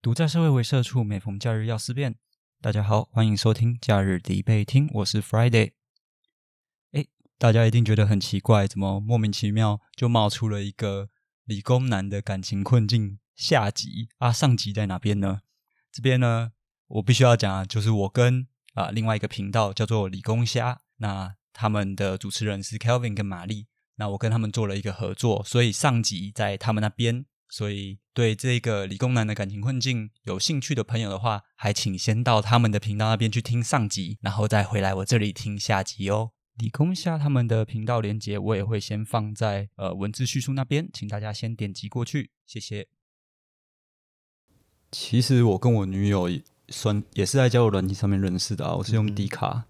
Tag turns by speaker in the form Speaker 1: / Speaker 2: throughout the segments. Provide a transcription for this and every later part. Speaker 1: 独在社会为社畜，每逢假日要思辨。大家好，欢迎收听假日必备听，我是 Friday。哎，大家一定觉得很奇怪，怎么莫名其妙就冒出了一个理工男的感情困境下集啊？上集在哪边呢？这边呢，我必须要讲啊，就是我跟啊、另外一个频道叫做理工虾，那他们的主持人是 Kelvin 跟玛丽，那我跟他们做了一个合作，所以上集在他们那边，所以对这个理工男的感情困境有兴趣的朋友的话，还请先到他们的频道那边去听上集，然后再回来我这里听下集哦。理工虾他们的频道连接我也会先放在呃文字叙述那边，请大家先点击过去，谢谢。其实我跟我女友也算也是在交友软件上面认识的啊，我是用 D 卡，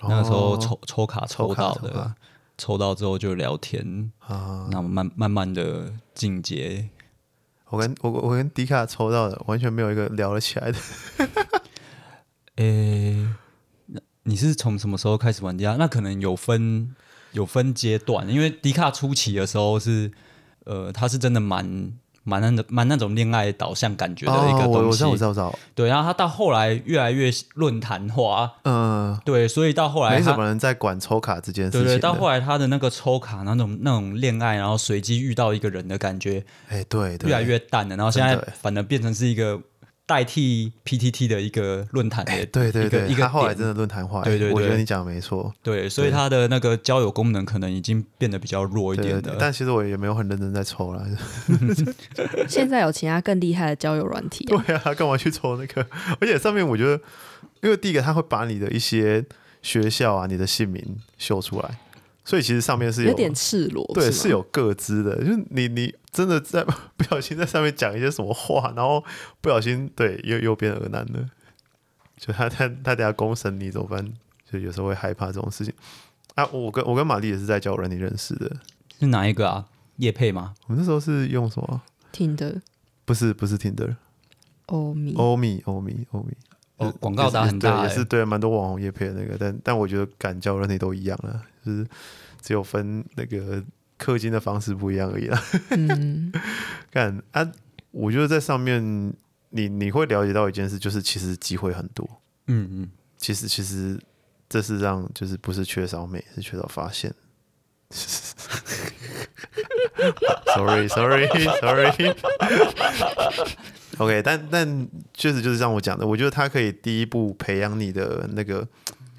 Speaker 1: 那时候
Speaker 2: 哦
Speaker 1: 抽抽卡
Speaker 2: 抽
Speaker 1: 抽
Speaker 2: 卡
Speaker 1: 到
Speaker 2: 抽
Speaker 1: 的
Speaker 2: 卡，
Speaker 1: 抽到之后就聊天，
Speaker 2: 啊，
Speaker 1: 那我慢慢慢的进阶，
Speaker 2: 我跟我我跟迪卡抽到的完全没有一个聊得起来的，
Speaker 1: 诶、那你是从什么时候开始玩家？那可能有分有分阶段，因为迪卡初期的时候是，呃，他是真的蛮蛮那种蛮那种恋爱导向感觉的一个
Speaker 2: 哦
Speaker 1: 东西，
Speaker 2: 我我知道我知道我知道，
Speaker 1: 对，然后他到后来越来越论坛化，
Speaker 2: 嗯，
Speaker 1: 对，所以到后来
Speaker 2: 没什
Speaker 1: 他
Speaker 2: 么人在管抽卡这件事
Speaker 1: 对
Speaker 2: 情的。
Speaker 1: 对，到后来他的那个抽卡那种那种恋爱，然后随机遇到一个人的感觉
Speaker 2: 哎，对对，
Speaker 1: 越来越淡了，然后现在
Speaker 2: 真的欸
Speaker 1: 反而变成是一个代替 PTT 的一个论坛的一个，
Speaker 2: 哎对对对，
Speaker 1: 一个
Speaker 2: 他后来
Speaker 1: 点
Speaker 2: 真的论坛化，
Speaker 1: 对对
Speaker 2: 我觉得
Speaker 1: 对
Speaker 2: 你讲的没错。
Speaker 1: 对，所以它的那个交友功能可能已经变得比较弱一
Speaker 2: 对
Speaker 1: 点
Speaker 2: 对
Speaker 1: 了。
Speaker 2: 对，但其实我也没有很认真在抽啦。
Speaker 3: 现在有其他更厉害的交友软体、啊，
Speaker 2: 对啊，干嘛去抽那个？而且上面我觉得，因为第一个他会把你的一些学校啊、你的姓名秀出来，所以其实上面是
Speaker 3: 有点赤裸，
Speaker 2: 对，
Speaker 3: 吗
Speaker 2: 是有各自的，就是你你真的在不小心在上面讲一些什么话，然后不小心对又又变恶男了，就他他他等下公审你怎么办？就有时候会害怕这种事情啊。我跟我跟玛丽也是在交友软体认识的，
Speaker 1: 是哪一个啊？叶配吗？
Speaker 2: 我们那时候是用什么？
Speaker 3: 听哦的
Speaker 2: 不是不是 Tinder，
Speaker 3: 欧米，
Speaker 2: 欧米欧米欧米，
Speaker 1: 哦，
Speaker 2: 就是
Speaker 1: 广告打很大、
Speaker 2: 呃
Speaker 1: 欸，
Speaker 2: 也是对也是对蛮多网红也配的那个，但但我觉得敢交友软体都一样了，就是只有分那个氪金的方式不一样而 已啦。啊
Speaker 3: 嗯，
Speaker 2: 干啊！我觉得在上面，你你会了解到一件事，就是其实机会很多。
Speaker 1: 嗯嗯，
Speaker 2: 其实其实这世上就是不是缺少美，是缺少发现。sorry sorry sorry。OK，但但确实就是像我讲的，我觉得它可以第一步培养你的那个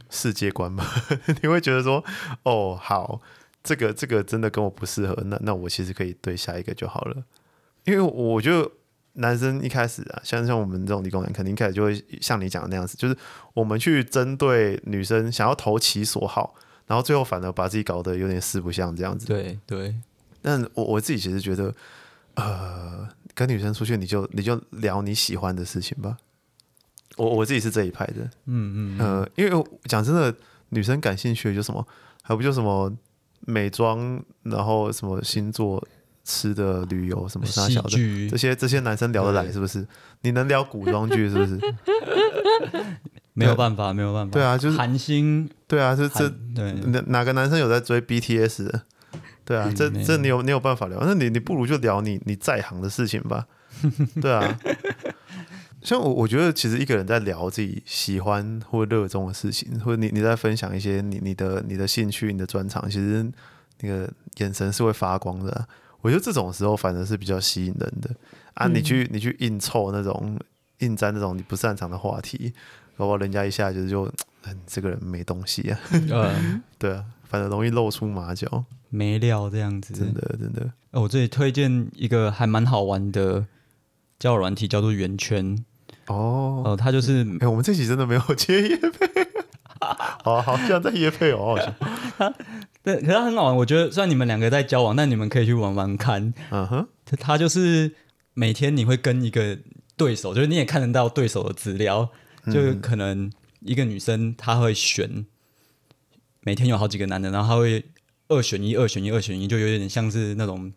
Speaker 2: 世界观吧。 你会觉得说，哦，好，这个这个真的跟我不适合，那那我其实可以对下一个就好了。因为我觉得男生一开始啊，像像我们这种理工男，肯定一开始就会像你讲的那样子，就是我们去针对女生想要投其所好，然后最后反而把自己搞得有点四不像这样子。
Speaker 1: 对对，
Speaker 2: 但我我自己其实觉得，呃，跟女生出去你就你就聊你喜欢的事情吧。我我自己是这一派的，
Speaker 1: 嗯嗯，
Speaker 2: 呃，因为我讲真的，女生感兴趣的就什么，还不就什么美妆，然后什么星座、吃的、旅游什么啥
Speaker 1: 呃戏
Speaker 2: 小的，
Speaker 1: 剧
Speaker 2: 这些这些男生聊得来
Speaker 1: 对
Speaker 2: 是不是？你能聊古装剧是不 是？
Speaker 1: 没有办法，没有办法。
Speaker 2: 对啊就是
Speaker 1: 韩星，
Speaker 2: 对啊，这这
Speaker 1: 韩对嗯
Speaker 2: 哪哪个男生有在追 BTS？的对啊，这
Speaker 1: 没有
Speaker 2: 这你有你有办法聊？那你你不如就聊你你在行的事情 吧。对啊，像我我觉得其实一个人在聊自己喜欢或热衷的事情，或者你你在分享一些你你的你的兴趣、你的专长，其实那个眼神是会发光的啊、我觉得这种时候反而是比较吸引人的啊！
Speaker 1: 嗯
Speaker 2: 你去你去硬凑那种硬沾那种你不擅长的话题，搞不好人家一下就是就，嗯，这个人没东西啊。
Speaker 1: 呃
Speaker 2: 对啊，反正容易露出马脚，
Speaker 1: 没料这样
Speaker 2: 真
Speaker 1: 子。
Speaker 2: 的真的。
Speaker 1: 呃我这里推荐一个还蛮好玩的交友软体，叫做圆圈。
Speaker 2: 哦，
Speaker 1: 呃，它就是
Speaker 2: 哎、我们这期真的没有接叶配， 好好像在叶配哦，好像，
Speaker 1: 对，可是它很好玩。我觉得虽然你们两个在交往，但你们可以去玩玩看。
Speaker 2: 嗯哼，
Speaker 1: 它它就是每天你会跟一个对手，就是你也看得到对手的资料，就
Speaker 2: 嗯
Speaker 1: 可能一个女生她会选，每天有好几个男的，然后她会二选一，二选一，二选一，就有点像是那种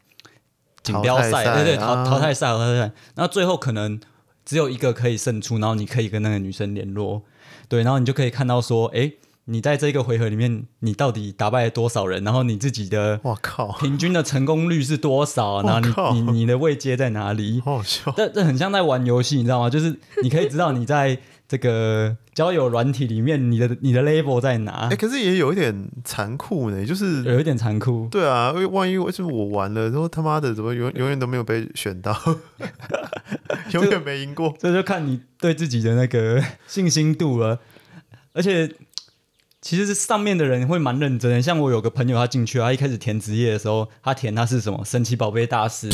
Speaker 1: 锦标
Speaker 2: 淘汰
Speaker 1: 赛，
Speaker 2: 赛
Speaker 1: 对对，
Speaker 2: 啊
Speaker 1: 淘淘汰赛，淘汰赛，然后最后可能只有一个可以胜出，然后你可以跟那个女生联络，对，然后你就可以看到说，诶，你在这个回合里面，你到底打败了多少人？然后你自己的
Speaker 2: 我靠，
Speaker 1: 平均的成功率是多少？然后
Speaker 2: 靠
Speaker 1: 你你你的位阶在哪里？
Speaker 2: 好好笑。
Speaker 1: 这这很像在玩游戏，你知道吗？就是你可以知道你在这个交友软体里面，你的你的 level 在哪
Speaker 2: 哎、，可是也有一点残酷呢，就是
Speaker 1: 有一点残酷。
Speaker 2: 对啊，因为万一我就是我玩了，然后他妈的怎么永永远都没有被选到， 永远没赢过。
Speaker 1: 这就看你对自己的那个信心度了。而且，其实是上面的人会蛮认真的。像我有个朋友，他进去，他一开始填职业的时候，他填他是什么神奇宝贝大师，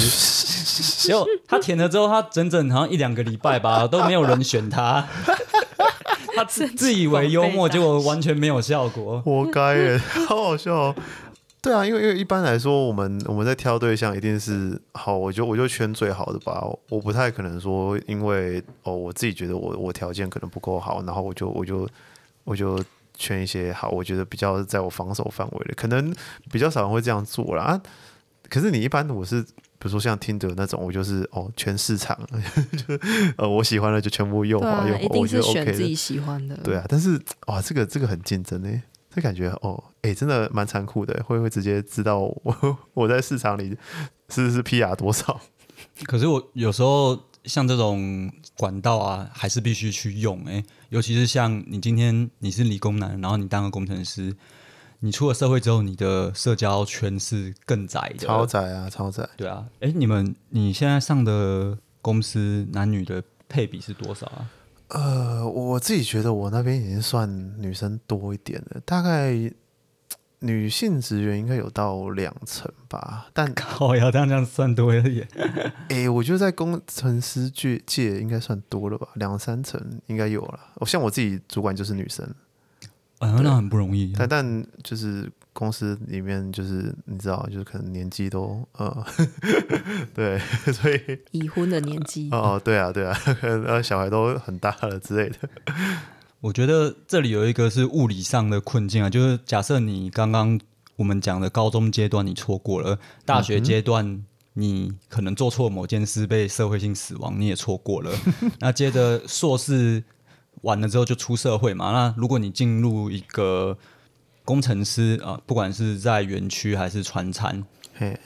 Speaker 1: 结果他填了之后，他整整好像一两个礼拜吧，都没有人选他。 他自自以为幽默，结果完全没有效果。
Speaker 2: 活该耶， 好好笑、哦。对啊，因为因为一般来说，我们我们在挑对象一定是好，我就我就选最好的吧。我不太可能说，因为哦，我自己觉得我我条件可能不够好，然后我就我就我就圈一些好，我觉得比较在我防守范围的，可能比较少人会这样做啦。啊可是你一般我是，比如说像听得那种，我就是哦全市场， 就是呃我喜欢的就全部右
Speaker 3: 对
Speaker 2: 滑
Speaker 3: 啊
Speaker 2: 右，滑，
Speaker 3: 一定
Speaker 2: 哦我觉
Speaker 3: 是
Speaker 2: 得 OK
Speaker 3: 选
Speaker 2: 的。
Speaker 3: 自己喜欢的。
Speaker 2: 对啊，但是哇，这个这个很竞争诶，这感觉哦，诶，真的蛮残酷的，欸会会直接知道我 我在市场里是是 PR 多少。
Speaker 1: 可是我有时候像这种管道啊，还是必须去用哎、尤其是像你今天你是理工男，然后你当个工程师，你出了社会之后，你的社交圈是更窄的，
Speaker 2: 超窄啊，超窄。
Speaker 1: 对啊，哎、你们你现在上的公司男女的配比是多少 啊？
Speaker 2: 呃，我自己觉得我那边已经算女生多一点了，大概女性职员应该有到两成吧。但
Speaker 1: 靠哦呀，这样这样算多了一点。
Speaker 2: 诶，我觉得在工程师界界应该算多了吧，两三成应该有了。我像我自己主管就是女生，
Speaker 1: 啊，那很不容易。
Speaker 2: 但但就是公司里面就是你知道，就是可能年纪都呃， 对，所以
Speaker 3: 已婚的年纪，
Speaker 2: 哦对啊对啊， 可能呃小孩都很大了之类的。
Speaker 1: 我觉得这里有一个是物理上的困境啊，就是假设你刚刚我们讲的高中阶段你错过了，大学阶段你可能做错某件事被社会性死亡，你也错过了。那接着硕士完了之后就出社会嘛，那如果你进入一个工程师啊、不管是在园区还是船产，
Speaker 2: 嘿，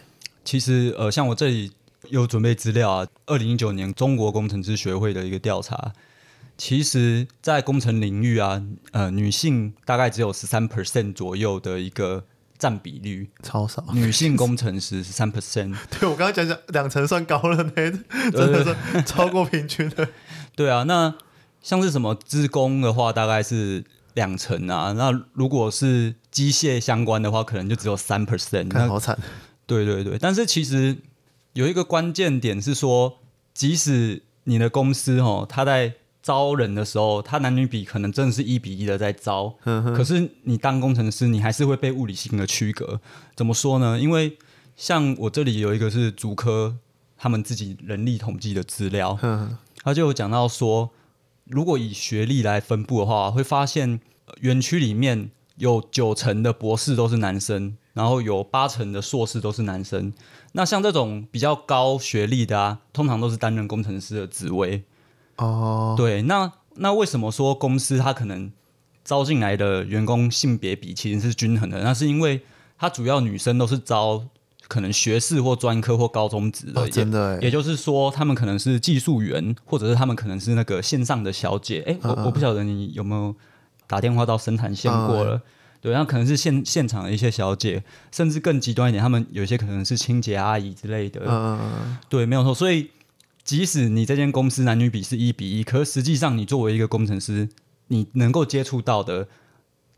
Speaker 1: 其实呃，像我这里有准备资料啊，二零一九年中国工程师学会的一个调查，其实，在工程领域啊，呃，女性大概只有十三 percent 左右的一个占比率，
Speaker 2: 超少。
Speaker 1: 女性工程师十三 percent，
Speaker 2: 对我刚刚讲讲两成算高了呢， 真的是超过平均的。
Speaker 1: 对啊，那像是什么资工的话，大概是。两成啊，那如果是机械相关的话，可能就只有三 percent。那
Speaker 2: 看好惨，
Speaker 1: 对对对，但是其实有一个关键点是说，即使你的公司哦，它在招人的时候，它男女比可能真的是一比一的在招，可是你当工程师，你还是会被物理性的区隔。怎么说呢？因为像我这里有一个是竹科他们自己人力统计的资料，
Speaker 2: 嗯，
Speaker 1: 他就有讲到说，如果以学历来分布的话，会发现呃园区里面有九成的博士都是男生，然后有八成的硕士都是男生。那像这种比较高学历的啊，通常都是担任工程师的职位。
Speaker 2: 哦，
Speaker 1: 对，那那为什么说公司它可能招进来的员工性别比其实是均衡的？那是因为它主要女生都是招可能学士或专科或高中职的，
Speaker 2: 哦
Speaker 1: 也
Speaker 2: 真的
Speaker 1: 也
Speaker 2: 耶，
Speaker 1: 就是说，他们可能是技术员，或者是他们可能是那个线上的小姐。哎、我我不晓得你有没有打电话到生产线过了。对，那可能是现现场的一些小姐，甚至更极端一点，他们有些可能是清洁阿姨之类的。
Speaker 2: 嗯，
Speaker 1: 对，没有错。所以，即使你这间公司男女比是一比一，可是实际上你作为一个工程师，你能够接触到的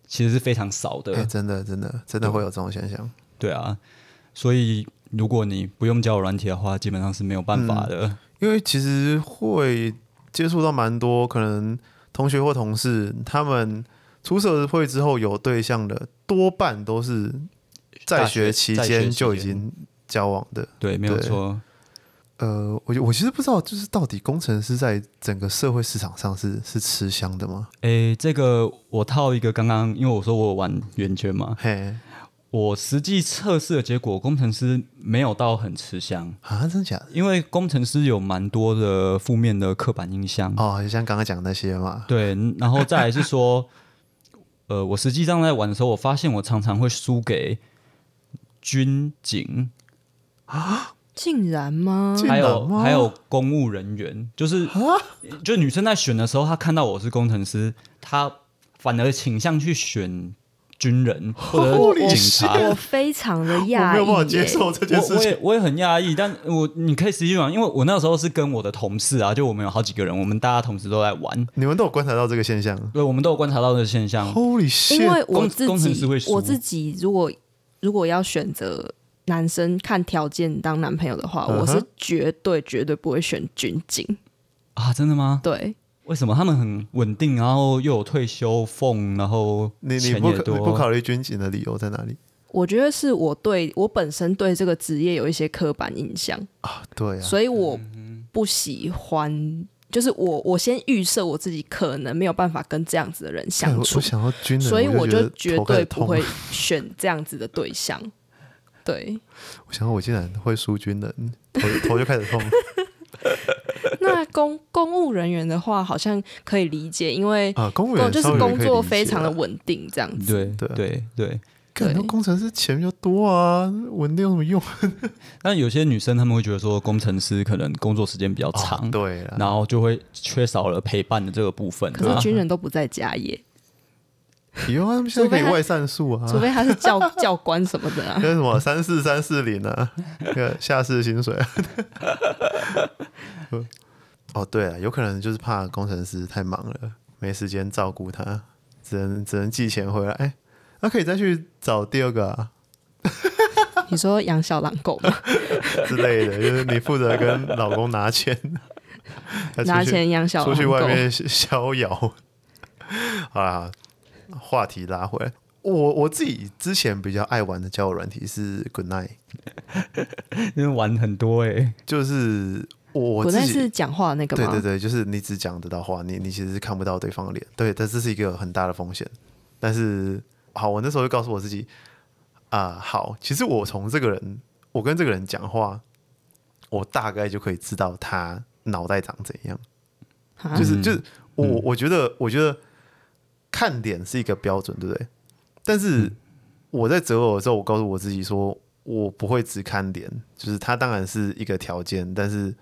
Speaker 1: 其实是非常少的。
Speaker 2: 哎，真的真的真的会有这种现象。
Speaker 1: 对啊，所以如果你不用交友软体的话，基本上是没有办法的。
Speaker 2: 因为其实会接触到蛮多可能同学或同事，他们出社会之后有对象的，多半都是在学期
Speaker 1: 大学在学
Speaker 2: 间
Speaker 1: 期间
Speaker 2: 就已经交往的。
Speaker 1: 对，没有错。
Speaker 2: 呃，我我其实不知道，就是到底工程师在整个社会市场上是是吃香的吗？
Speaker 1: 诶，这个我套一个刚刚，因为我说我有玩圆圈嘛，
Speaker 2: 嘿，
Speaker 1: 我实际测试的结果，工程师没有到很吃香，
Speaker 2: 啊，真的假的？
Speaker 1: 因为工程师有蛮多的负面的刻板印象。
Speaker 2: 哦，就像刚刚讲的那些嘛，
Speaker 1: 对，然后再来是说， 呃，我实际上在玩的时候，我发现我常常会输给军警，
Speaker 3: 竟然吗？
Speaker 2: 竟
Speaker 1: 还有
Speaker 2: 然吗啊
Speaker 1: 还有公务人员，就是就女生在选的时候，她看到我是工程师，她反而倾向去选军 人或者警
Speaker 2: Holy
Speaker 1: 察。
Speaker 2: shit
Speaker 3: 我非常 的
Speaker 2: 我
Speaker 3: 讶异、
Speaker 2: 没
Speaker 3: 耶
Speaker 2: 有办法接受这件
Speaker 1: 我
Speaker 2: 事
Speaker 1: 我
Speaker 2: 情。
Speaker 1: 也我也很讶异，但我你可以实际玩，因为我那时候是跟我的同事啊，就我们有好几个人，我们大家同时都在玩，
Speaker 2: 你们都有观察到这个现象
Speaker 1: 对，我们都有观察到的现象。
Speaker 2: ？Holy
Speaker 3: 因
Speaker 2: shit！
Speaker 3: 为我
Speaker 1: 工
Speaker 3: 自
Speaker 1: 工程师会
Speaker 3: 己
Speaker 1: 输
Speaker 3: 我自己如果如果要选择男生看条件当男朋友的话，
Speaker 2: 嗯哼
Speaker 3: 我是绝对绝对不会选军警。
Speaker 1: 啊，真的吗？
Speaker 3: 对，
Speaker 1: 为什么他们很稳定，然后又有退休俸，然后
Speaker 2: 你你
Speaker 1: 钱
Speaker 2: 不
Speaker 1: 也
Speaker 2: 考
Speaker 1: 多，
Speaker 2: 你不考虑军警的理由在哪里
Speaker 3: 我觉得是我对我本身对这个职业有一些刻板印象，
Speaker 2: 啊？对啊，
Speaker 3: 所以我不喜欢。就是我，我先预设我自己可能没有办法跟这样子的人
Speaker 2: 看
Speaker 3: 相
Speaker 2: 我
Speaker 3: 处
Speaker 2: 我，想要军人，
Speaker 3: 所以
Speaker 2: 我
Speaker 3: 我就
Speaker 2: 觉得头
Speaker 3: 绝
Speaker 2: 开始
Speaker 3: 对不
Speaker 2: 痛
Speaker 3: 会选这样子的对象。对，
Speaker 2: 我想到我竟然会输军人，头头就开始痛。
Speaker 3: 那公公务人员的话，好像可以理解，因为
Speaker 2: 啊，公务
Speaker 3: 工
Speaker 2: 员
Speaker 3: 就是
Speaker 2: 稍微可以
Speaker 3: 工作
Speaker 2: 理解
Speaker 3: 非常的
Speaker 2: 啦，
Speaker 3: 稳定，这样子。
Speaker 1: 对
Speaker 2: 对啊
Speaker 1: 对对。
Speaker 2: 感觉
Speaker 3: 对
Speaker 2: 工程师钱比较多啊，稳定有什么用？啊
Speaker 1: 但有些女生她们会觉得说，工程师可能工作时间比较长，
Speaker 2: 啊对啊，
Speaker 1: 然后就会缺少了陪伴的这个部分、啊。
Speaker 3: 可是军人都不在家耶，
Speaker 2: 以后他们现在可
Speaker 3: 除非
Speaker 2: 以
Speaker 3: 他
Speaker 2: 外散数啊，
Speaker 3: 除非他是教教官什么的 啊。
Speaker 2: 跟什么三四三四零啊，那个下士薪水、啊。 哦，对啊，有可能就是怕工程师太忙了，没时间照顾他，只能只能寄钱回来。哎那、可以再去找第二个啊
Speaker 3: 你说养小狼狗吗？
Speaker 2: 之类的，就是你负责跟老公拿 钱，他出去
Speaker 3: 拿钱养小
Speaker 2: 出
Speaker 3: 狼
Speaker 2: 去外
Speaker 3: 狗，
Speaker 2: 面逍逍 遥。啊，话题拉回来，我我自己之前比较爱玩的交友软体是 Good Night，
Speaker 1: 因为玩很多哎、
Speaker 2: 就是我我
Speaker 3: 我
Speaker 2: 自
Speaker 3: 那
Speaker 2: 己
Speaker 3: 是讲话那个
Speaker 2: 对
Speaker 3: 吗？
Speaker 2: 对对，就是你只讲得到话，你你其实是看不到对方的脸，对，但这是一个很大的风险。但是好，我那时候就告诉我自己啊、好，其实我从这个人，我跟这个人讲话，我大概就可以知道他脑袋长怎样。
Speaker 3: 啊
Speaker 2: 就，
Speaker 1: 嗯
Speaker 2: 是就是我我觉得我觉得看脸是一个标准，对不对？
Speaker 1: 嗯
Speaker 2: 但是我在择偶的时候，我告诉我自己说，我不会只看脸，就是它当然是一个条件，但是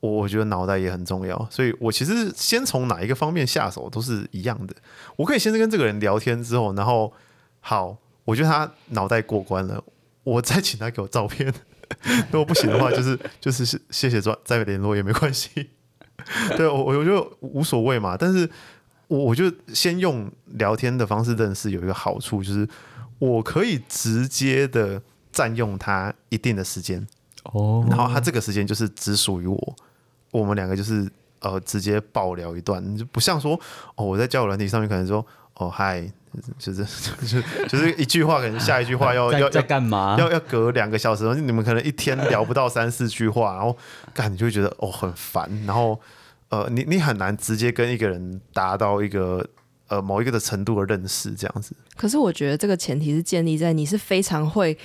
Speaker 2: 我我觉得脑袋也很重要，所以我其实先从哪一个方面下手都是一样的。我可以先跟这个人聊天之后，然后好，我觉得他脑袋过关了，我再请他给我照片。 如果不行的话，就是就是是谢谢抓再联络也没关系。 对我我我就无所谓嘛，但是我我就先用聊天的方式认识，有一个好处就是我可以直接的占用他一定的时间，
Speaker 1: 哦
Speaker 2: 然后他这个时间就是只属于我，我们两个就是呃直接爆聊一段，就不像说哦我在交友软体上面可能说哦嗨，就是 就是就是就是一句话，可能下一句话要
Speaker 1: 在
Speaker 2: 要
Speaker 1: 在
Speaker 2: 要
Speaker 1: 干嘛？
Speaker 2: 要要隔两个小时，你们可能一天聊不到三四句话，然后干你就会觉得哦很烦，然后呃你你很难直接跟一个人达到一个呃某一个的程度的认识这样子。
Speaker 3: 可是我觉得这个前提是建立在你是非常会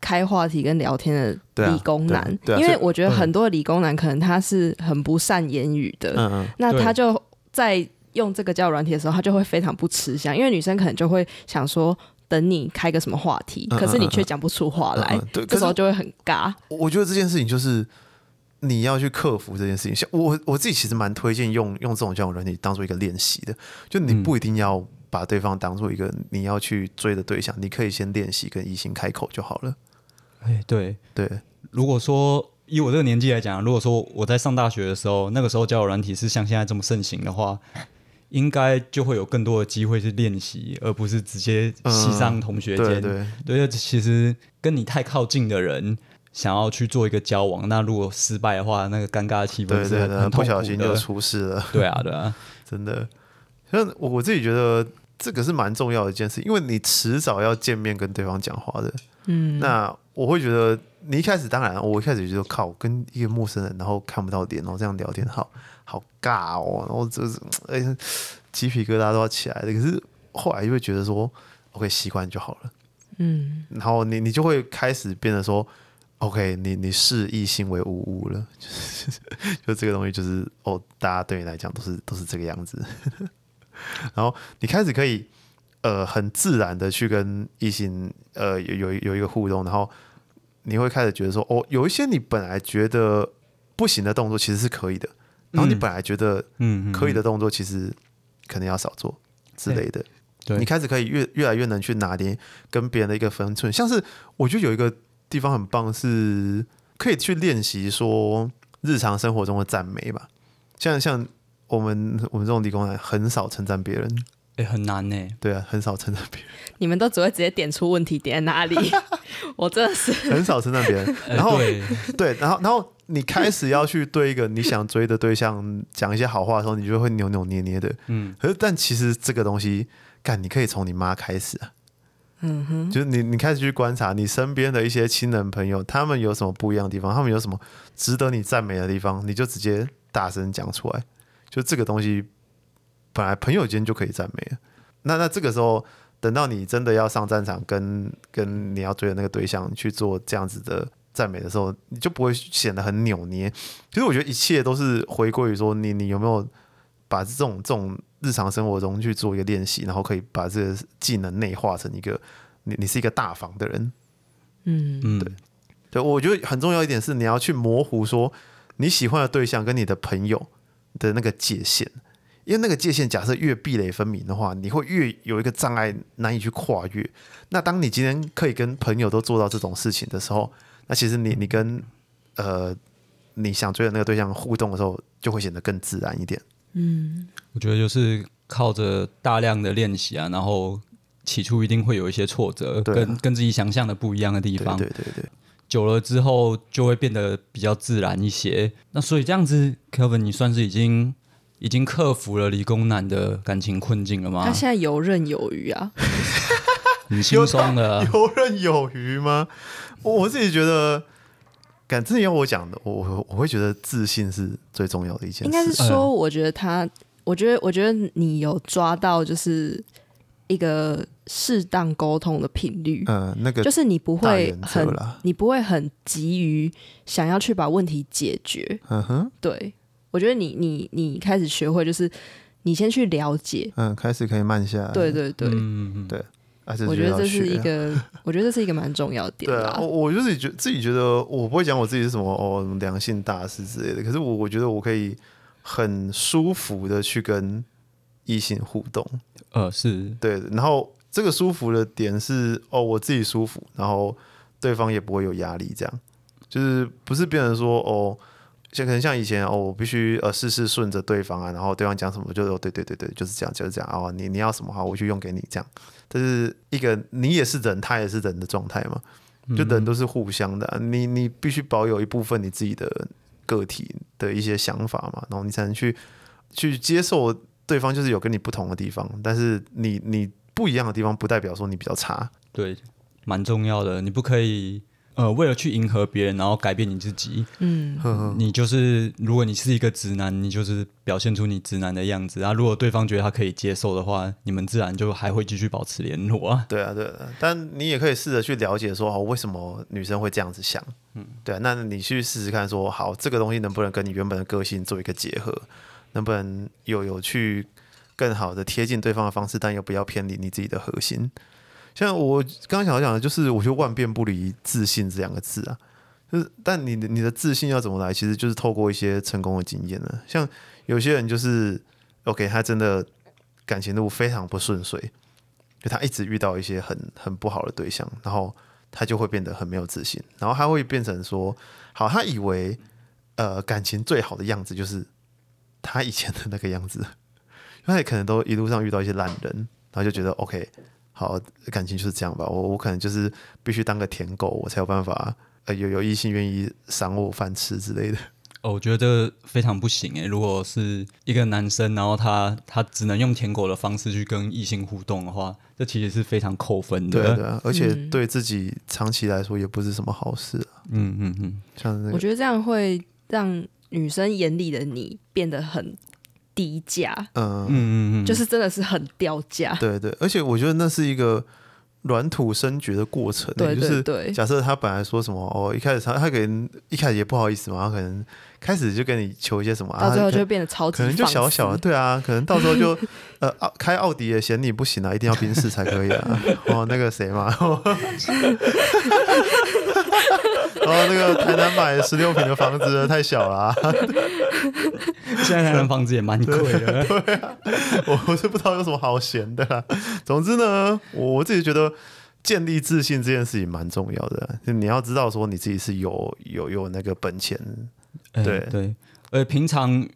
Speaker 3: 开话题跟聊天
Speaker 2: 对
Speaker 3: 的
Speaker 2: 啊
Speaker 3: 理工男，
Speaker 2: 对啊对啊
Speaker 3: 因为
Speaker 2: 所以
Speaker 3: 我觉得
Speaker 2: 嗯
Speaker 3: 很多理工男可能他是很不善言语的，
Speaker 2: 嗯嗯，
Speaker 3: 那
Speaker 1: 对
Speaker 3: 他就在用这个交友软体的时候，他就会非常不吃香，因为女生可能就会想说。等你开个什么话题，
Speaker 2: 嗯
Speaker 3: 可是你
Speaker 2: 嗯
Speaker 3: 却讲不出话来，
Speaker 2: 嗯嗯对
Speaker 3: 这时候
Speaker 2: 可是
Speaker 3: 就会很尬。
Speaker 2: 我我觉得这件事情就是你要去克服这件事情。像我我自己其实蛮推荐用用这种交友软体当做一个练习的，就你
Speaker 1: 嗯
Speaker 2: 不一定要把对方当做一个你要去追的对象，你可以先练习跟异性开口就好了。
Speaker 1: 哎，对，
Speaker 2: 对，
Speaker 1: 如果说以我这个年纪来讲，如果说我在上大学的时候，那个时候交友软体是像现在这么盛行的话，应该就会有更多的机会去练习，而不是直接系上同学间。
Speaker 2: 对对，
Speaker 1: 对，其实跟你太靠近的人。想要去做一个交往，那如果失败的话，那个尴尬的气氛
Speaker 2: 对
Speaker 1: 是
Speaker 2: 对
Speaker 1: 很
Speaker 2: 对，
Speaker 1: 很痛
Speaker 2: 不
Speaker 1: 苦
Speaker 2: 小心就
Speaker 1: 的
Speaker 2: 出 事了。
Speaker 1: 对啊，对啊，
Speaker 2: 真的，像我我自己觉得这个是蛮重要的一件事，因为你迟早要见面跟对方讲话的。
Speaker 3: 嗯，
Speaker 2: 那我会觉得，你一开始当然，我一开始就觉得靠，跟一个陌生人，然后看不到脸，哦然后这样聊天，好好尬哦，然后就是哎呀，鸡皮疙瘩都要起来了。可是后来就会觉得说，OK，习惯就好了。
Speaker 3: 嗯，
Speaker 2: 然后你你就会开始变得说，OK，你你视异性为无物了，就是就这个东西就是 哦，大家对你来讲都是都是这个样子，然后你开始可以呃很自然的去跟异性呃有有有一个互动，然后你会开始觉得说，哦，有一些你本来觉得不行的动作其实是可以的，然后你
Speaker 1: 嗯
Speaker 2: 本来觉得
Speaker 1: 嗯，嗯
Speaker 2: 可以的，动作其实可能要少做之类的。
Speaker 1: 对
Speaker 2: 你开始可以越越来越能去拿捏跟别人的一个分寸。像是我觉得有一个地方很棒，是可以去练习说日常生活中的赞美吧。像像我们我们这种理工男很少称赞别人，
Speaker 1: 哎、很难呢、
Speaker 2: 对啊，很少称赞别
Speaker 3: 你们都只会直接点出问题点在哪里， 我真的是
Speaker 2: 人，很少称赞别 人。
Speaker 1: 呃
Speaker 2: 然后
Speaker 1: 对
Speaker 2: 对，然后然后你开始要去对一个你想追的对象讲一些好话的时候，你就会扭扭捏捏的。
Speaker 1: 嗯，
Speaker 2: 可是但其实这个东西，干你可以从你妈开始啊。嗯哼，就是你，你开始去观察你身边的一些亲人朋友，他们有什么不一样的地方，他们有什么值得你赞美的地方，你就直接大声讲出来。就这个东西，本来朋友间就可以赞美了。那那这个时候，等到你真的要上战场跟跟你要追的那个对象去做这样子的赞美的时候，你就不会显得很扭捏。其实我觉得一切都是回归于说你你有没有把这种这种日常生活中去做一个练习，然后可以把这个技能内化成一个你你是一个大方的人。
Speaker 3: 嗯，
Speaker 1: 嗯，
Speaker 2: 对，我觉得很重要一点是你要去模糊说你喜欢的对象跟你的朋友的那个界限，因为那个界限假设越壁垒分明的话，你会越有一个障碍难以去跨越。那当你今天可以跟朋友都做到这种事情的时候，那其实你你跟呃你想追的那个对象互动的时候，就会显得更自然一点。
Speaker 1: 我觉得就是靠着大量的练习啊，然后起初一定会有一些挫折，
Speaker 2: 对啊
Speaker 1: 跟跟自己想象的不一样的地
Speaker 2: 对
Speaker 1: 方，
Speaker 2: 对对对，
Speaker 1: 久了之后就会变得比较自然一些。那所以这样子，Kevin，你算是已经已经克服了理工男的感情困境了
Speaker 3: 他
Speaker 1: 吗？
Speaker 3: 现在游刃有余啊，
Speaker 1: 很轻松的啊，
Speaker 2: 游刃有余吗？我我自己觉得，敢真的要我讲的，我我我会觉得自信是最重要的一件事。
Speaker 3: 应该是
Speaker 2: 嗯
Speaker 3: 说，我觉得他，我觉得，我觉得你有抓到就是一个适当沟通的频率，
Speaker 2: 嗯、那个
Speaker 3: 就是你不
Speaker 2: 大
Speaker 3: 会
Speaker 2: 原则
Speaker 3: 很，
Speaker 2: 啦。
Speaker 3: 你不会很急于想要去把问题解决。
Speaker 2: 嗯哼，
Speaker 3: 对我觉得你，你，你开始学会就是你先去了解，
Speaker 2: 嗯，开始可以慢下来。
Speaker 3: 对对对，
Speaker 1: 嗯，
Speaker 2: 对啊，这
Speaker 3: 我觉得这是
Speaker 2: 就
Speaker 3: 一
Speaker 2: 要学啊。
Speaker 3: 个，我觉得这是一个蛮重要的点
Speaker 2: 对
Speaker 3: 啦。
Speaker 2: 啊，我我就是觉自己觉得，我不会讲我自己是什么哦什么良性大师之类的，可是我我觉得我可以很舒服的去跟异性互动，
Speaker 1: 呃，是
Speaker 2: 对，然后这个舒服的点是哦，我自己舒服，然后对方也不会有压力，这样就是不是变成说哦，像可能像以前哦，我必须呃事事顺着对方啊，然后对方讲什么就哦对对对对，就是这样就是这样哦，你你要什么好，我就用给你这样，这是一个你也是人，他也是人的状态嘛，就人都是互相的啊、你你必须保有一部分你自己的个体的一些想法嘛，然后你才能去去接受对方就是有跟你不同的地方，但是你你不一样的地方，不代表说你比较差。
Speaker 1: 对，蛮重要的。你不可以呃，为了去迎合别人，然后改变你自己。
Speaker 3: 嗯，
Speaker 1: 你就是，如果你是一个直男，你就是表现出你直男的样子啊。如果对方觉得他可以接受的话，你们自然就还会继续保持联络啊。
Speaker 2: 对啊，对啊，但你也可以试着去了解说，哦，为什么女生会这样子想？嗯，对啊，那你去试试看说，好，这个东西能不能跟你原本的个性做一个结合？能不能有有去更好的贴近对方的方式，但又不要偏离你自己的核心？像我刚刚想要讲的，就是我觉得万变不离自信这两个字啊，就是但你的你的自信要怎么来，其实就是透过一些成功的经验呢、啊像有些人就是 OK，他真的感情路非常不顺遂，就他一直遇到一些很很不好的对象，然后他就会变得很没有自信，然后他会变成说，好，他以为呃感情最好的样子就是他以前的那个样子， 因为他也可能都一路上遇到一些烂人，然后就觉得 OK，好，感情就是这样吧，我我可能就是必须当个舔狗，我才有办法呃有有异性愿意赏我饭吃之类的。
Speaker 1: 哦，我觉得非常不行诶、欸如果是一个男生，然后他他只能用舔狗的方式去跟异性互动的话，这其实是非常扣分的。
Speaker 2: 对啊对啊，而且
Speaker 3: 嗯
Speaker 2: 对自己长期来说也不是什么好事啊。
Speaker 1: 嗯嗯嗯，
Speaker 2: 像那
Speaker 3: 我
Speaker 2: 个
Speaker 3: 觉得这样会让女生眼里的你变得很低价，
Speaker 2: 嗯
Speaker 1: 嗯嗯嗯，
Speaker 3: 就是真的是很掉价。
Speaker 2: 对对，而且我觉得那是一个软土生绝的过程、欸，
Speaker 3: 对
Speaker 2: 就
Speaker 3: 对
Speaker 2: 是
Speaker 3: 对
Speaker 2: 假设他本来说什么哦，一开始他他可能一开始也不好意思嘛，他可能开始就跟你求一些什么，
Speaker 3: 到最后
Speaker 2: 啊、
Speaker 3: 就
Speaker 2: 可
Speaker 3: 会变得超级
Speaker 2: 可能就
Speaker 3: 放
Speaker 2: 小小的，
Speaker 3: 肆
Speaker 2: 对啊，可能到时候就 呃奥开奥迪也嫌你不行啊，一定要宾士才可以 啊。哦，那个谁嘛， 哦，那个台南买十六平的房子太小了、啊，
Speaker 1: 现在台南房子也蛮贵的，
Speaker 2: 我 我是不知道有什么好闲的啦。总之呢，我我自己觉得建立自信这件事情蛮重要的，啊就你要知道说你自己是有有有那个本钱，
Speaker 1: 嗯
Speaker 2: 对
Speaker 1: 对。呃，平常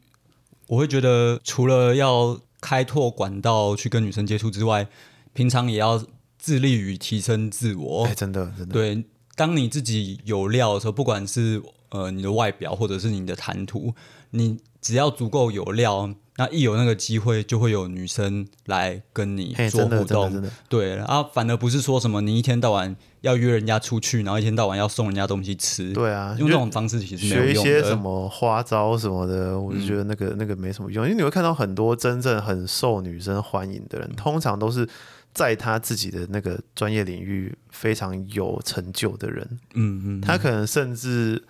Speaker 1: 我会觉得，除了要开拓管道去跟女生接触之外，平常也要致力于提升自我
Speaker 2: 哎、。真的真的，
Speaker 1: 对，当你自己有料的时候，不管是呃你的外表或者是你的谈吐，你只要足够有料，那一有那个机会，就会有女生来跟你
Speaker 2: 嘿，
Speaker 1: 做
Speaker 2: 真的
Speaker 1: 互
Speaker 2: 真的真
Speaker 1: 动。
Speaker 2: 的，
Speaker 1: 对，啊，反而不是说什么你一天到晚要约人家出去，然后一天到晚要送人家东西吃，
Speaker 2: 对啊，
Speaker 1: 用
Speaker 2: 就
Speaker 1: 这种方式其实没
Speaker 2: 学
Speaker 1: 有
Speaker 2: 一
Speaker 1: 用
Speaker 2: 些
Speaker 1: 的。嗯
Speaker 2: 什么花招什么的，我就觉得那个、那个没什么用，因为你会看到很多真正很受女生欢迎的人，通常都是在他自己的那个专业领域非常有成就的人，
Speaker 1: 嗯嗯，
Speaker 2: 他可能甚至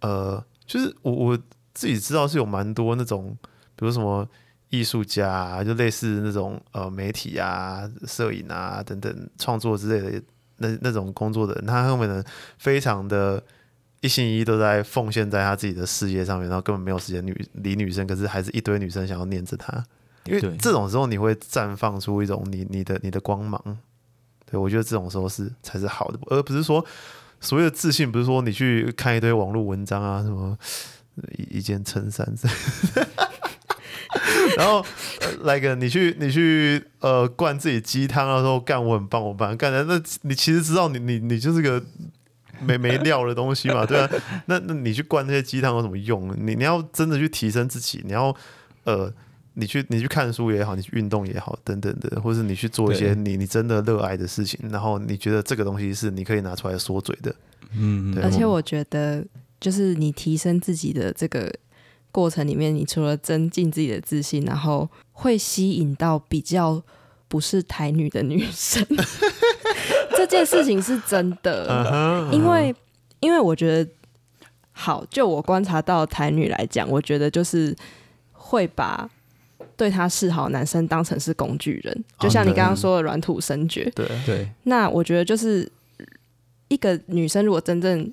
Speaker 2: 呃，就是我我自己知道是有蛮多那种，比如什么艺术家、啊，就类似那种呃媒体啊、摄影啊等等创作之类的那那种工作的人，他后面呢非常的。一心一意都在奉献在他自己的事业上面，然后根本没有时间女理女生，可是还是一堆女生想要念着他，因为
Speaker 1: 对
Speaker 2: 这种时候你会绽放出一种你你的你的光芒，对我觉得这种时候是才是好的，而不是说所谓的自信，不是说你去看一堆网络文章啊，什么一一件衬衫之类的 然后呃来个你去你去呃灌自己鸡汤啊，说干我很棒我很棒，干的那你其实知道你你你就是个没没料的东西嘛，对啊，那那你去灌那些鸡汤有什么用？你你要真的去提升自己，你要呃。你去你去看书也好，你去运动也好，等等的，或是你去做一
Speaker 1: 对
Speaker 2: 些你你真的热爱的事情，然后你觉得这个东西是你可以拿出来说嘴的，
Speaker 1: 嗯嗯
Speaker 2: 对
Speaker 1: 嗯
Speaker 2: 啊
Speaker 3: 而且我觉得，就是你提升自己的这个过程里面，你除了增进自己的自信，然后会吸引到比较不是台女的女 生，这件事情是真的，
Speaker 2: 嗯哼
Speaker 3: 因为因为我觉得，好，就我观察到台女来讲，我觉得就是会把。对她示好，男生当成是工具人，
Speaker 2: 哦
Speaker 3: 就像你刚
Speaker 2: 嗯
Speaker 3: 刚说的软土生绝，
Speaker 2: 对，啊
Speaker 1: 对
Speaker 3: 那我觉得就是一个女生如果真正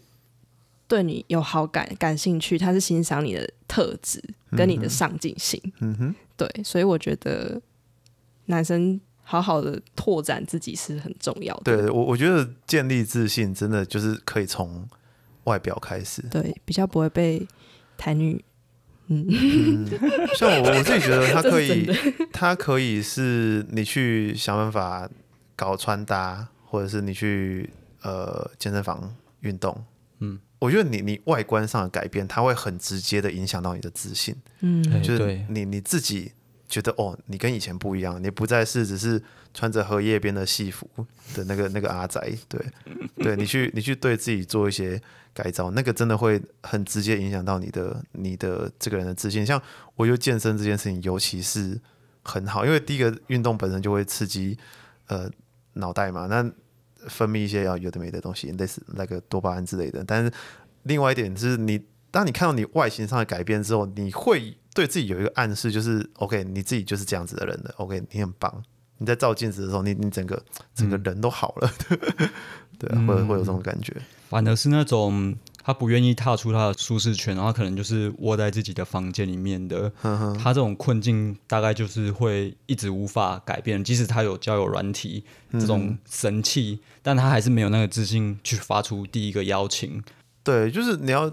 Speaker 3: 对你有好感、感兴趣，她是欣赏你的特质跟你的上进心。
Speaker 2: 嗯哼，
Speaker 3: 对，所以我觉得男生好好的拓展自己是很重要的。
Speaker 2: 对我我觉得建立自信真的就是可以从外表开始。
Speaker 3: 对，比较不会被台女。
Speaker 2: 嗯，像我我自己觉 得它
Speaker 3: 这是
Speaker 2: 可
Speaker 3: 真
Speaker 2: 以，它可以是你去想办法搞穿搭，或者是你去呃健身房运动。
Speaker 1: 嗯，
Speaker 2: 我觉得你你外观上的改变，它会很直接的影响到你的自信。
Speaker 1: 哎
Speaker 3: 嗯，
Speaker 2: 就是
Speaker 1: 对
Speaker 2: 你你自己觉得哦，你跟以前不一样，你不再是只是穿着荷叶边的戏服的那个那个阿宅，对对，你去你去对自己做一些改造，那个真的会很直接影响到你的你的这个人的自信。像我觉得健身这件事情，尤其是很好，因为第一个运动本身就会刺激呃脑袋嘛，那分泌一些要有的没的东西，类似那个多巴胺之类的。但是另外一点是你，当你看到你外形上的改变之后，你会对自己有一个暗示，就是 OK，你自己就是这样子的人了。OK，你很棒。你在照镜子的时候，你你整个整个人都好了， 对啊，会会有这种感觉。
Speaker 1: 反而是那种他不愿意踏出他的舒适圈，然后可能就是窝在自己的房间里面的，
Speaker 2: 嗯
Speaker 1: 他这种困境大概就是会一直无法改变，即使他有交友软体
Speaker 2: 嗯
Speaker 1: 这种神器，但他还是没有那个自信去发出第一个邀请。
Speaker 2: 对，就是你要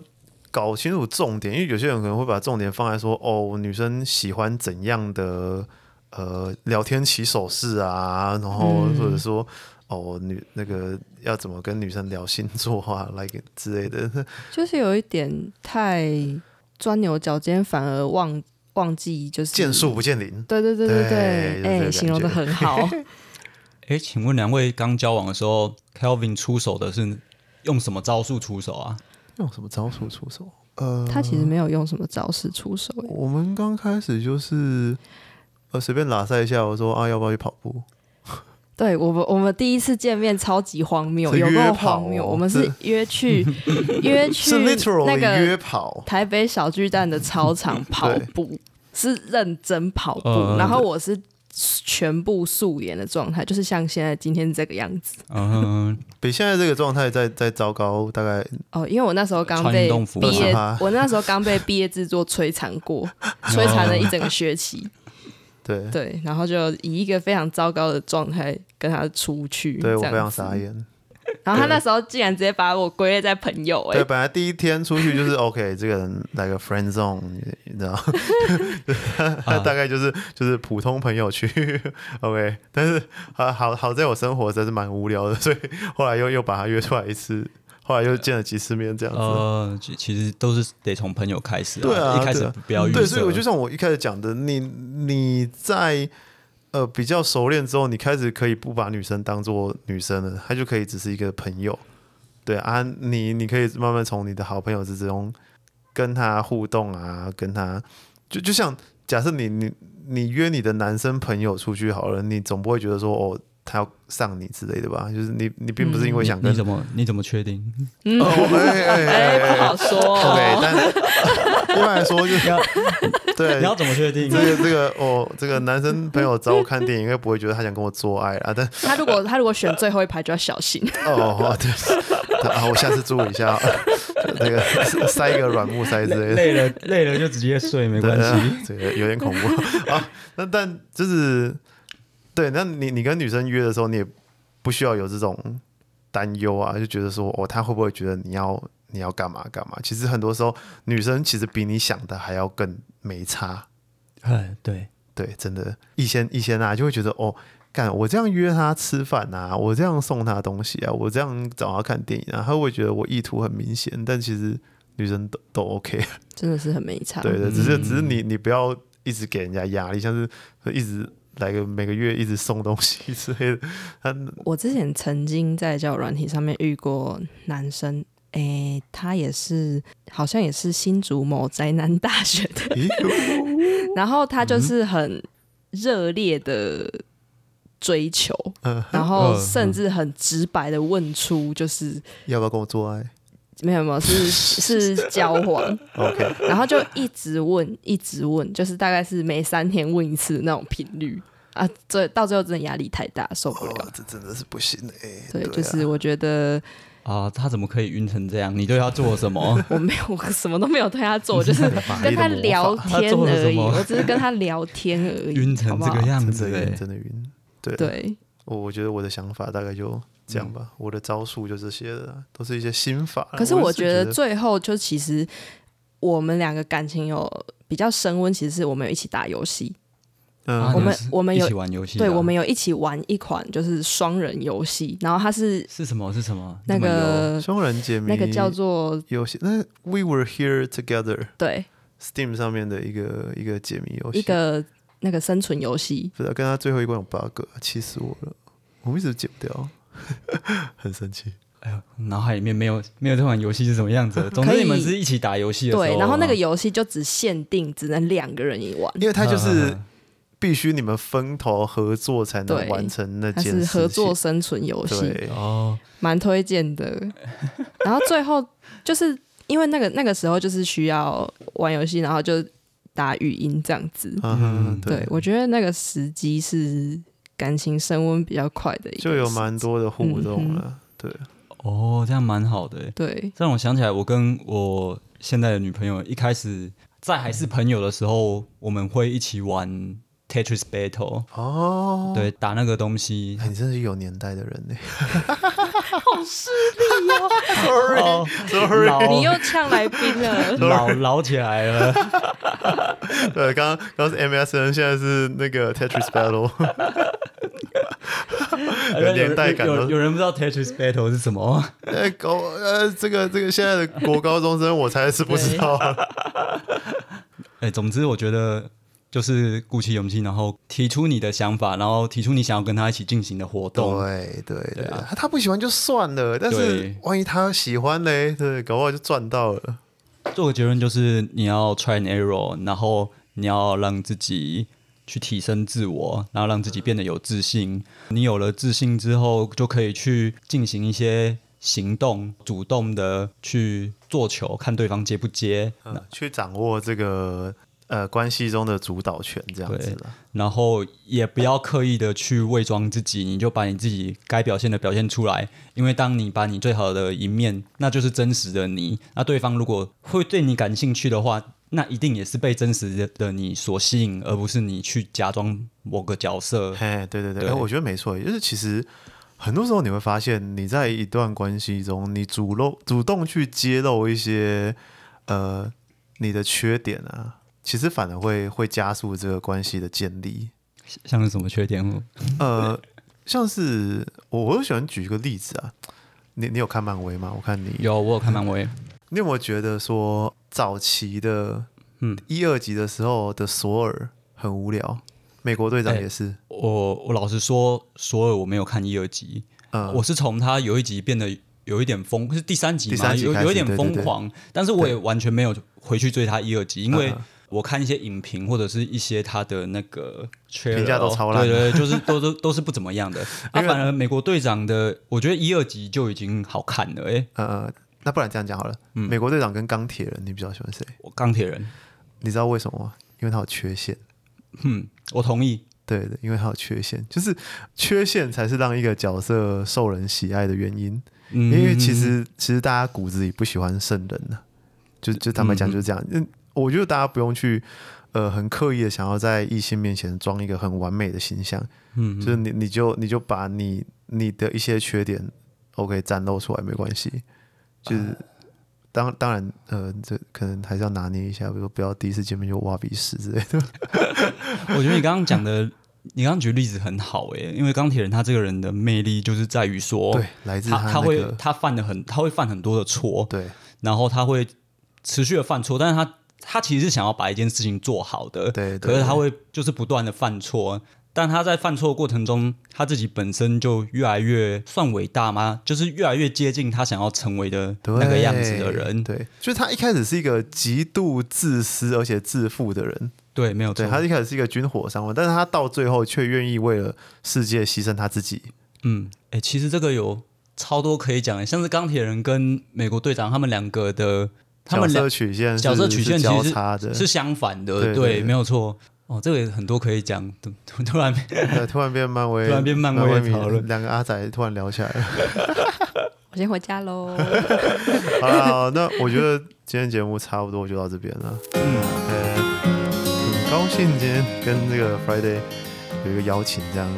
Speaker 2: 搞清楚重点，因为有些人可能会把重点放在说，哦，女生喜欢怎样的呃聊天起手势啊，然后
Speaker 3: 嗯
Speaker 2: 或者说。哦，女那个要怎么跟女生聊星座啊，like 之类的，
Speaker 3: 就是有一点太钻牛角尖，反而忘忘记就是
Speaker 2: 见树。不见林。
Speaker 3: 对对对
Speaker 2: 对
Speaker 3: 对
Speaker 2: 就是
Speaker 3: 对，
Speaker 2: 这个
Speaker 3: 哎、
Speaker 2: 感
Speaker 3: 形容的
Speaker 2: 觉
Speaker 3: 很 好。
Speaker 1: 诶，请问两位刚交往的时候，Kelvin 出手的是用什么招数出手啊？
Speaker 2: 用什么招数出手？呃，
Speaker 3: 他其实没有用什么招式出手、哎
Speaker 2: 我们刚开始就是呃随便拉塞一下，我说啊要不要去跑步？
Speaker 3: 对我们，我们第一次见面超级荒谬，
Speaker 2: 是
Speaker 3: 有
Speaker 2: 约
Speaker 3: 够
Speaker 2: 跑
Speaker 3: 荒谬。
Speaker 2: 哦
Speaker 3: 我们是约 去约去
Speaker 2: 是 literal
Speaker 3: 那
Speaker 2: 的约
Speaker 3: 个
Speaker 2: 跑，
Speaker 3: 台北小巨蛋的操场跑
Speaker 2: 对
Speaker 3: 步，是认真跑步。
Speaker 1: 嗯嗯
Speaker 3: 然后我是全部素颜的状态，就是像现在今天这个样子。
Speaker 1: 嗯，
Speaker 2: 比现在这个状态再再糟糕，大概
Speaker 3: 哦，因为我那时候刚
Speaker 1: 穿运
Speaker 3: 被
Speaker 1: 动服
Speaker 3: 毕业
Speaker 2: 吗，
Speaker 3: 我那时候刚被毕业制作摧 残过，摧残了一整个学期。
Speaker 1: 哦
Speaker 2: 对
Speaker 3: 对，然后就以一个非常糟糕的状态跟他出去。
Speaker 2: 对我
Speaker 3: 这样
Speaker 2: 非常
Speaker 3: 子
Speaker 2: 傻眼。
Speaker 3: 然后他那时候竟然直接把我归类在朋友、欸，
Speaker 2: 对，本来第一天出去就是 OK，这个人来个 friend zone，你知道，
Speaker 3: 啊
Speaker 2: 他大概就是就是普通朋友去 OK，但是啊好好在我生活实在是蛮无聊的，所以后来又又把他约出来一次，后来又见了几次面这样子。
Speaker 1: 呃，其其实都是得从朋友开始、
Speaker 2: 对啊
Speaker 1: 一开
Speaker 2: 对
Speaker 1: 始
Speaker 2: 啊
Speaker 1: 不要预设。
Speaker 2: 对，所以我就像我一开始讲的，你你在呃比较熟练之后，你开始可以不把女生当做女生了，她就可以只是一个朋友。对啊，你你可以慢慢从你的好朋友之中跟她互动啊，跟她就就像假设你你你约你的男生朋友出去好了，你总不会觉得说哦。他要上你之类的吧，就是你，你并不是因为想
Speaker 1: 你
Speaker 2: 跟
Speaker 1: 你怎么你怎么确定？
Speaker 3: 嗯，哎、不好说、 哦。
Speaker 2: OK，但一般来说就 是
Speaker 1: 要
Speaker 2: 对，
Speaker 1: 你要怎么确定
Speaker 2: 这？个这个哦，这个男生朋友找我看电影，应该不会觉得他想跟我做爱啊。但
Speaker 3: 他如果他如果选最后一排就要小心，
Speaker 2: 哦，哦对，对啊，我下次注意一下，啊那个塞一个软木塞之类的。
Speaker 1: 累了累了就直接睡，没
Speaker 2: 对
Speaker 1: 关系。
Speaker 2: 啊这个有点恐怖啊。那但就是对，那你你跟女生约的时候，你也不需要有这种担忧啊，就觉得说哦，她会不会觉得你要你要干嘛干嘛？其实很多时候，女生其实比你想的还要更没差。
Speaker 1: 哎，对，
Speaker 2: 对，真的，一仙一仙啊，就会觉得哦，干我这样约他吃饭啊，我这样送他东西啊，我这样找他看电影啊，他会觉得我意图很明显，但其实女生都都 OK，
Speaker 3: 真的是很没差。
Speaker 2: 对对，只是只是
Speaker 1: 嗯
Speaker 2: 你你不要一直给人家压力，像是一直来个每个月一直送东西之类的，他
Speaker 3: 我之前曾经在交友软体上面遇过男生，哎、他也是好像也是新竹某宅男大学的，
Speaker 2: 咦，
Speaker 3: 然后他就是很热烈的追求，
Speaker 2: 嗯
Speaker 3: 然后
Speaker 1: 嗯
Speaker 3: 甚至很直白的问出，就是
Speaker 2: 要不要跟我做爱
Speaker 3: 没有没有是 是交往，
Speaker 2: ？OK，
Speaker 3: 然后就一直问，一直问，就是大概是每三天问一次那种频率啊，最到最后真的压力太大，受不了
Speaker 2: 哦。，这真的是不行哎、欸，
Speaker 3: 对，
Speaker 2: 啊
Speaker 3: 就是我觉得
Speaker 1: 啊，他怎么可以晕成这样？你对他做了什 么？
Speaker 3: 我没有， 我什么都没有对他做，我就是
Speaker 2: 玛丽的
Speaker 3: 跟他
Speaker 2: 魔法
Speaker 3: 聊天
Speaker 1: 他做了
Speaker 3: 而
Speaker 1: 什
Speaker 3: 已，
Speaker 1: 么
Speaker 3: 我只是跟他聊天 而已，
Speaker 1: 晕
Speaker 3: 好
Speaker 1: 成
Speaker 3: 不
Speaker 1: 这个
Speaker 3: 好
Speaker 1: 样
Speaker 2: 真
Speaker 1: 子、
Speaker 2: 的
Speaker 1: 欸
Speaker 2: 晕，，真的晕，对啊
Speaker 3: 对，
Speaker 2: 我我觉得我的想法大概就这
Speaker 1: 嗯
Speaker 2: 样吧，我的招数就这些了，都是一些心法。
Speaker 1: 啊
Speaker 3: 可是
Speaker 2: 我
Speaker 3: 我
Speaker 2: 是
Speaker 3: 觉得
Speaker 2: 得
Speaker 3: 最后就其实我们两个感情有比较升温，其实是我们有一起打游戏，
Speaker 1: 啊
Speaker 2: 嗯，
Speaker 3: 我们
Speaker 1: 你
Speaker 3: 我们
Speaker 1: 一
Speaker 3: 有
Speaker 1: 起玩游戏的啊，
Speaker 3: 对，我们有一起玩一款就是双人游戏，然后它是
Speaker 1: 是什么是什么？
Speaker 3: 那个
Speaker 2: 双人解谜
Speaker 3: 那个叫做
Speaker 2: 游戏，那 We Were Here Together
Speaker 3: 对
Speaker 2: Steam 上面的一个一个解谜游戏，
Speaker 3: 一个那个生存游戏，
Speaker 2: 不知道跟他最后一关有 bug，气啊死我了，我们一直解不掉， 很生气。
Speaker 1: 你哎们有脑海里面没有没有这款游戏是什么样子的？总
Speaker 3: 可
Speaker 1: 之
Speaker 3: 以
Speaker 1: 你们是一起打游戏的时候啊，
Speaker 3: 对，然后那个游戏就只限定只能两个人一玩，
Speaker 2: 因为它就
Speaker 1: 嗯嗯
Speaker 2: 是
Speaker 1: 嗯
Speaker 2: 必须你们分头合作才能
Speaker 3: 对
Speaker 2: 完成那
Speaker 3: 它
Speaker 2: 件
Speaker 3: 是
Speaker 2: 事情，
Speaker 3: 合作生存游戏，
Speaker 2: 对，
Speaker 1: 哦，
Speaker 3: 蛮推荐的。然后最后就是因为那个那个时候就是需要玩游戏，然后就打语音这样子。
Speaker 2: 嗯，
Speaker 1: 嗯
Speaker 3: 对，我觉得那个时机是感情升温比较快的一个时，
Speaker 2: 就有蛮多的
Speaker 3: 嗯
Speaker 2: 互动了，对，
Speaker 1: 哦，这样蛮好的欸、
Speaker 3: 对，
Speaker 1: 这让我想起来，我跟我现在的女朋友一开始在还是朋友的时候，我们会一起玩 Tetris Battle，、
Speaker 2: 哦，
Speaker 1: 对，打那个东西
Speaker 2: 哎。你真是有年代的人呢、
Speaker 1: 哦，老
Speaker 3: 你又呛来宾 了。
Speaker 1: 老老起来了，
Speaker 2: 对，刚刚刚刚是 MSN，现在是那个 Tetris Battle，有年代感
Speaker 1: 有有
Speaker 2: 都
Speaker 1: 有人不知道 Tetris Battle 是什么？
Speaker 2: 呃，高呃，这个这个现在的国高中生，我才是不知道啊。
Speaker 1: 哎，总之我觉得就是鼓起勇气，然后提出你的想法，然后提出你想要跟他一起进行的 活动。
Speaker 2: 对对对
Speaker 1: 对啊
Speaker 2: 他他不喜欢就算了，但是
Speaker 1: 对
Speaker 2: 万一他喜欢嘞，对，搞不好就赚到了。
Speaker 1: 做个结论就是你要 try and error，然后你要让自己去提升自我，然后让自己变得有自信。你有了自信之后，就可以去进行一些行动，主动的去做球，看对方接不接。
Speaker 2: 嗯，去掌握这个呃关系中的主导权，这样子啦。
Speaker 1: 然后也不要刻意的去伪装自己，你就把你自己该表现的表现出来。因为当你把你最好的一面，那就是真实的你。那对方如果会对你感兴趣的话，那一定也是被真实的你所吸引，而不是你去假装某个角色。
Speaker 2: 哎，对对对，
Speaker 1: 对
Speaker 2: 哎，我觉得没错，就是其实很多时候你会发现，你在一段关系中，你主露主动去揭露一些呃你的缺点啊，其实反而会会加速这个关系的建立。
Speaker 1: 像是什么缺点？
Speaker 2: 呃，像是我我又喜欢举一个例子啊，你你有看漫威吗？我看你
Speaker 1: 有，我有看漫威。
Speaker 2: 你有没有觉得说早期的
Speaker 1: 嗯
Speaker 2: 一二集的时候的索尔很无聊，美国队长
Speaker 1: 哎
Speaker 2: 也是，
Speaker 1: 我我老实说，所有我没有看一二集，
Speaker 2: 嗯，
Speaker 1: 我是从他有一集变得有一点疯，是第三集
Speaker 2: 第
Speaker 1: 嘛，
Speaker 2: 三集
Speaker 1: 有
Speaker 2: 开始
Speaker 1: 有一点
Speaker 2: 对对
Speaker 1: 疯
Speaker 2: 对
Speaker 1: 狂，但是我也完全没有回去追他一二集，因为
Speaker 2: 嗯
Speaker 1: 我看一些影评或者是一些他的那个
Speaker 2: 评价都
Speaker 1: trailer，
Speaker 2: 超烂
Speaker 1: 对对，
Speaker 2: 的
Speaker 1: 对就是都都都是不怎么样的。啊，
Speaker 2: 因为
Speaker 1: 反而美国队长的，我觉得一二集就已经好看了。哎，
Speaker 2: 呃，那不然这样讲好了，美国队长跟钢铁人，你比较喜欢谁？
Speaker 1: 我钢铁人，
Speaker 2: 你知道为什么吗？因为他有缺陷。
Speaker 1: 嗯，我同意。
Speaker 2: 对的，因为他有缺陷，就是缺陷才是让一个角色受人喜爱的原因。
Speaker 1: 嗯，
Speaker 2: 因为其实其实大家骨子里不喜欢圣人呢、就就坦白讲就是这样。嗯，我觉得大家不用去呃很刻意的想要在异性面前装一个很完美的形象，
Speaker 1: 嗯，
Speaker 2: 就是你你就你就把你你的一些缺点 OK 展露出来没关系，就是。
Speaker 1: 呃
Speaker 2: 当当然，呃，这可能还是要拿捏一下，比如说不要第一次见面就挖鼻屎之类的。
Speaker 1: 嗯我觉得你刚刚讲的，你刚刚举例子很好哎、因为钢铁人他这个人的魅力就是在于说，
Speaker 2: 对，来自
Speaker 1: 哦他
Speaker 2: 那
Speaker 1: 他会
Speaker 2: 个
Speaker 1: 他犯的很，他会犯很多的错，
Speaker 2: 对
Speaker 1: 然后他会持续的犯错，但是他他其实是想要把一件事情做好的，
Speaker 2: 对对
Speaker 1: 可是他会就是不断的犯错，但他在犯错的过程中，他自己本身就越来越算伟大吗？就是越来越接近他想要成为的
Speaker 2: 对
Speaker 1: 那个样子的人，
Speaker 2: 对，就是他一开始是一个极度自私而且自负的人，
Speaker 1: 对，没有错
Speaker 2: 对，他一开始是一个军火商人，但是他到最后却愿意为了世界牺牲他自己。
Speaker 1: 嗯，哎、其实这个有超多可以讲的，像是钢铁人跟美国队长他们两个的，他们
Speaker 2: 角
Speaker 1: 两
Speaker 2: 色曲线是
Speaker 1: 角色曲线
Speaker 2: 是
Speaker 1: 其
Speaker 2: 交
Speaker 1: 实
Speaker 2: 叉的，
Speaker 1: 是相反的，
Speaker 2: 对对对
Speaker 1: 没有错。哦，这个也很多可以讲，突突突然
Speaker 2: 呃突然变漫威，
Speaker 1: 突然变漫威
Speaker 2: 迷
Speaker 1: 讨论
Speaker 2: 两个阿仔突然聊起来了。
Speaker 3: 我先回家喽。
Speaker 2: 好啦好，那我觉得今天节目差不多就到这边了。
Speaker 1: 嗯，
Speaker 2: 呃，很高兴今天跟这个 Friday 有一个邀请，这样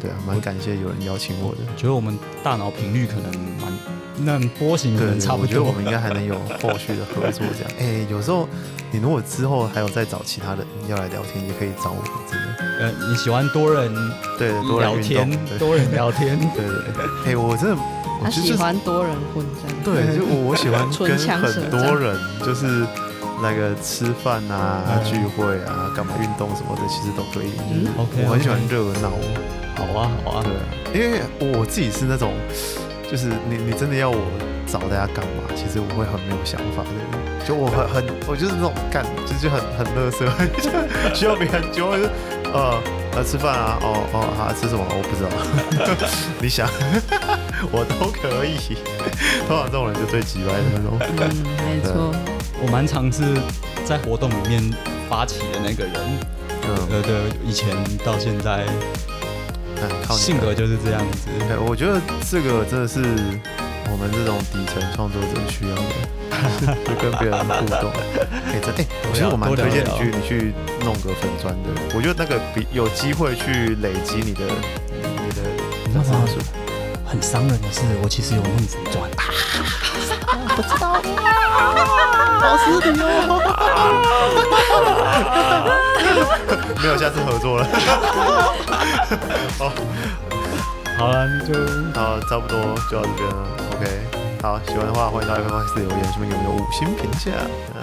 Speaker 2: 对啊，蛮感谢有人邀请我的。
Speaker 1: 觉得我们大脑频率可能蛮，那波形可
Speaker 2: 对，
Speaker 1: 能差不
Speaker 2: 嗯我觉得
Speaker 1: 多。
Speaker 2: 我们应该还能有后续的合作这样。 哎、有时候你如果之后还有再找其他人要来聊天，也可以找我，真的。
Speaker 1: 呃，你喜欢多人
Speaker 2: 对，多人
Speaker 1: 聊
Speaker 2: 运动
Speaker 1: 天，
Speaker 2: 对
Speaker 1: 多人聊天，
Speaker 2: 对对对。哎、我真的，我
Speaker 3: 他
Speaker 2: 就
Speaker 3: 喜
Speaker 2: 是
Speaker 3: 欢多人混战，
Speaker 2: 对， 就我我喜欢
Speaker 3: 唇
Speaker 2: 跟
Speaker 3: 枪舌
Speaker 2: 很多人就是。那个吃饭啊、
Speaker 1: 嗯
Speaker 2: 聚会啊、干嘛运动什么的，其实都可以。就
Speaker 3: 嗯
Speaker 2: 是
Speaker 1: OK，
Speaker 2: 我很喜欢
Speaker 1: OK
Speaker 2: 热闹。
Speaker 1: 好啊，好啊
Speaker 2: 对，，因为哦我自己是那种，就是你你真的要我找大家干嘛，其实我会很没有想法的人，就我很很我就是那种干，就是很很乐色， 就需要别人就会呃来吃饭啊，哦哦啊吃什么我不知道， 你想我都可以，通常这种人就最急歪的那种。
Speaker 3: 嗯，没错，
Speaker 1: 我蛮尝试在活动里面发起的那个人，
Speaker 2: 嗯，
Speaker 1: 呃，对，以前到现在
Speaker 2: 哎靠你了
Speaker 1: 性格就是这样子。
Speaker 2: 哎，我觉得这个真的是我们这种底层创作者需要的， 就跟别人互 动。哎，真哎，其实我蛮推荐你去，你去弄个粉砖的。我觉得那个比有机会去累积你的你的
Speaker 1: 你知道吗？很伤人的是，我其实有梦粉砖。
Speaker 2: 没有下次合 作了。
Speaker 1: 好
Speaker 2: 啊
Speaker 1: 了，那就
Speaker 2: 好，差不多就到这边了。OK，好，喜欢的话欢迎到 Apple Podcast 留言，顺便给我们一个五星评价。嗯，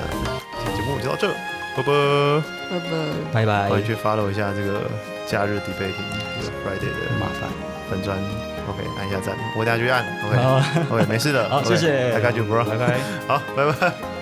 Speaker 2: 今天节目就到这，拜拜。
Speaker 3: 拜拜。
Speaker 1: 拜拜，
Speaker 2: 欢迎去 follow 一下这个假日 debating 这个 Friday 的
Speaker 1: 麻烦。
Speaker 2: 粉砖，OK，按一下赞，我等下去按，OK，OK，、
Speaker 1: 好，
Speaker 2: 没事的，
Speaker 1: 好，谢
Speaker 2: OK，
Speaker 1: 谢，
Speaker 2: 大概就 bro，
Speaker 1: 拜拜。
Speaker 2: 好，拜拜。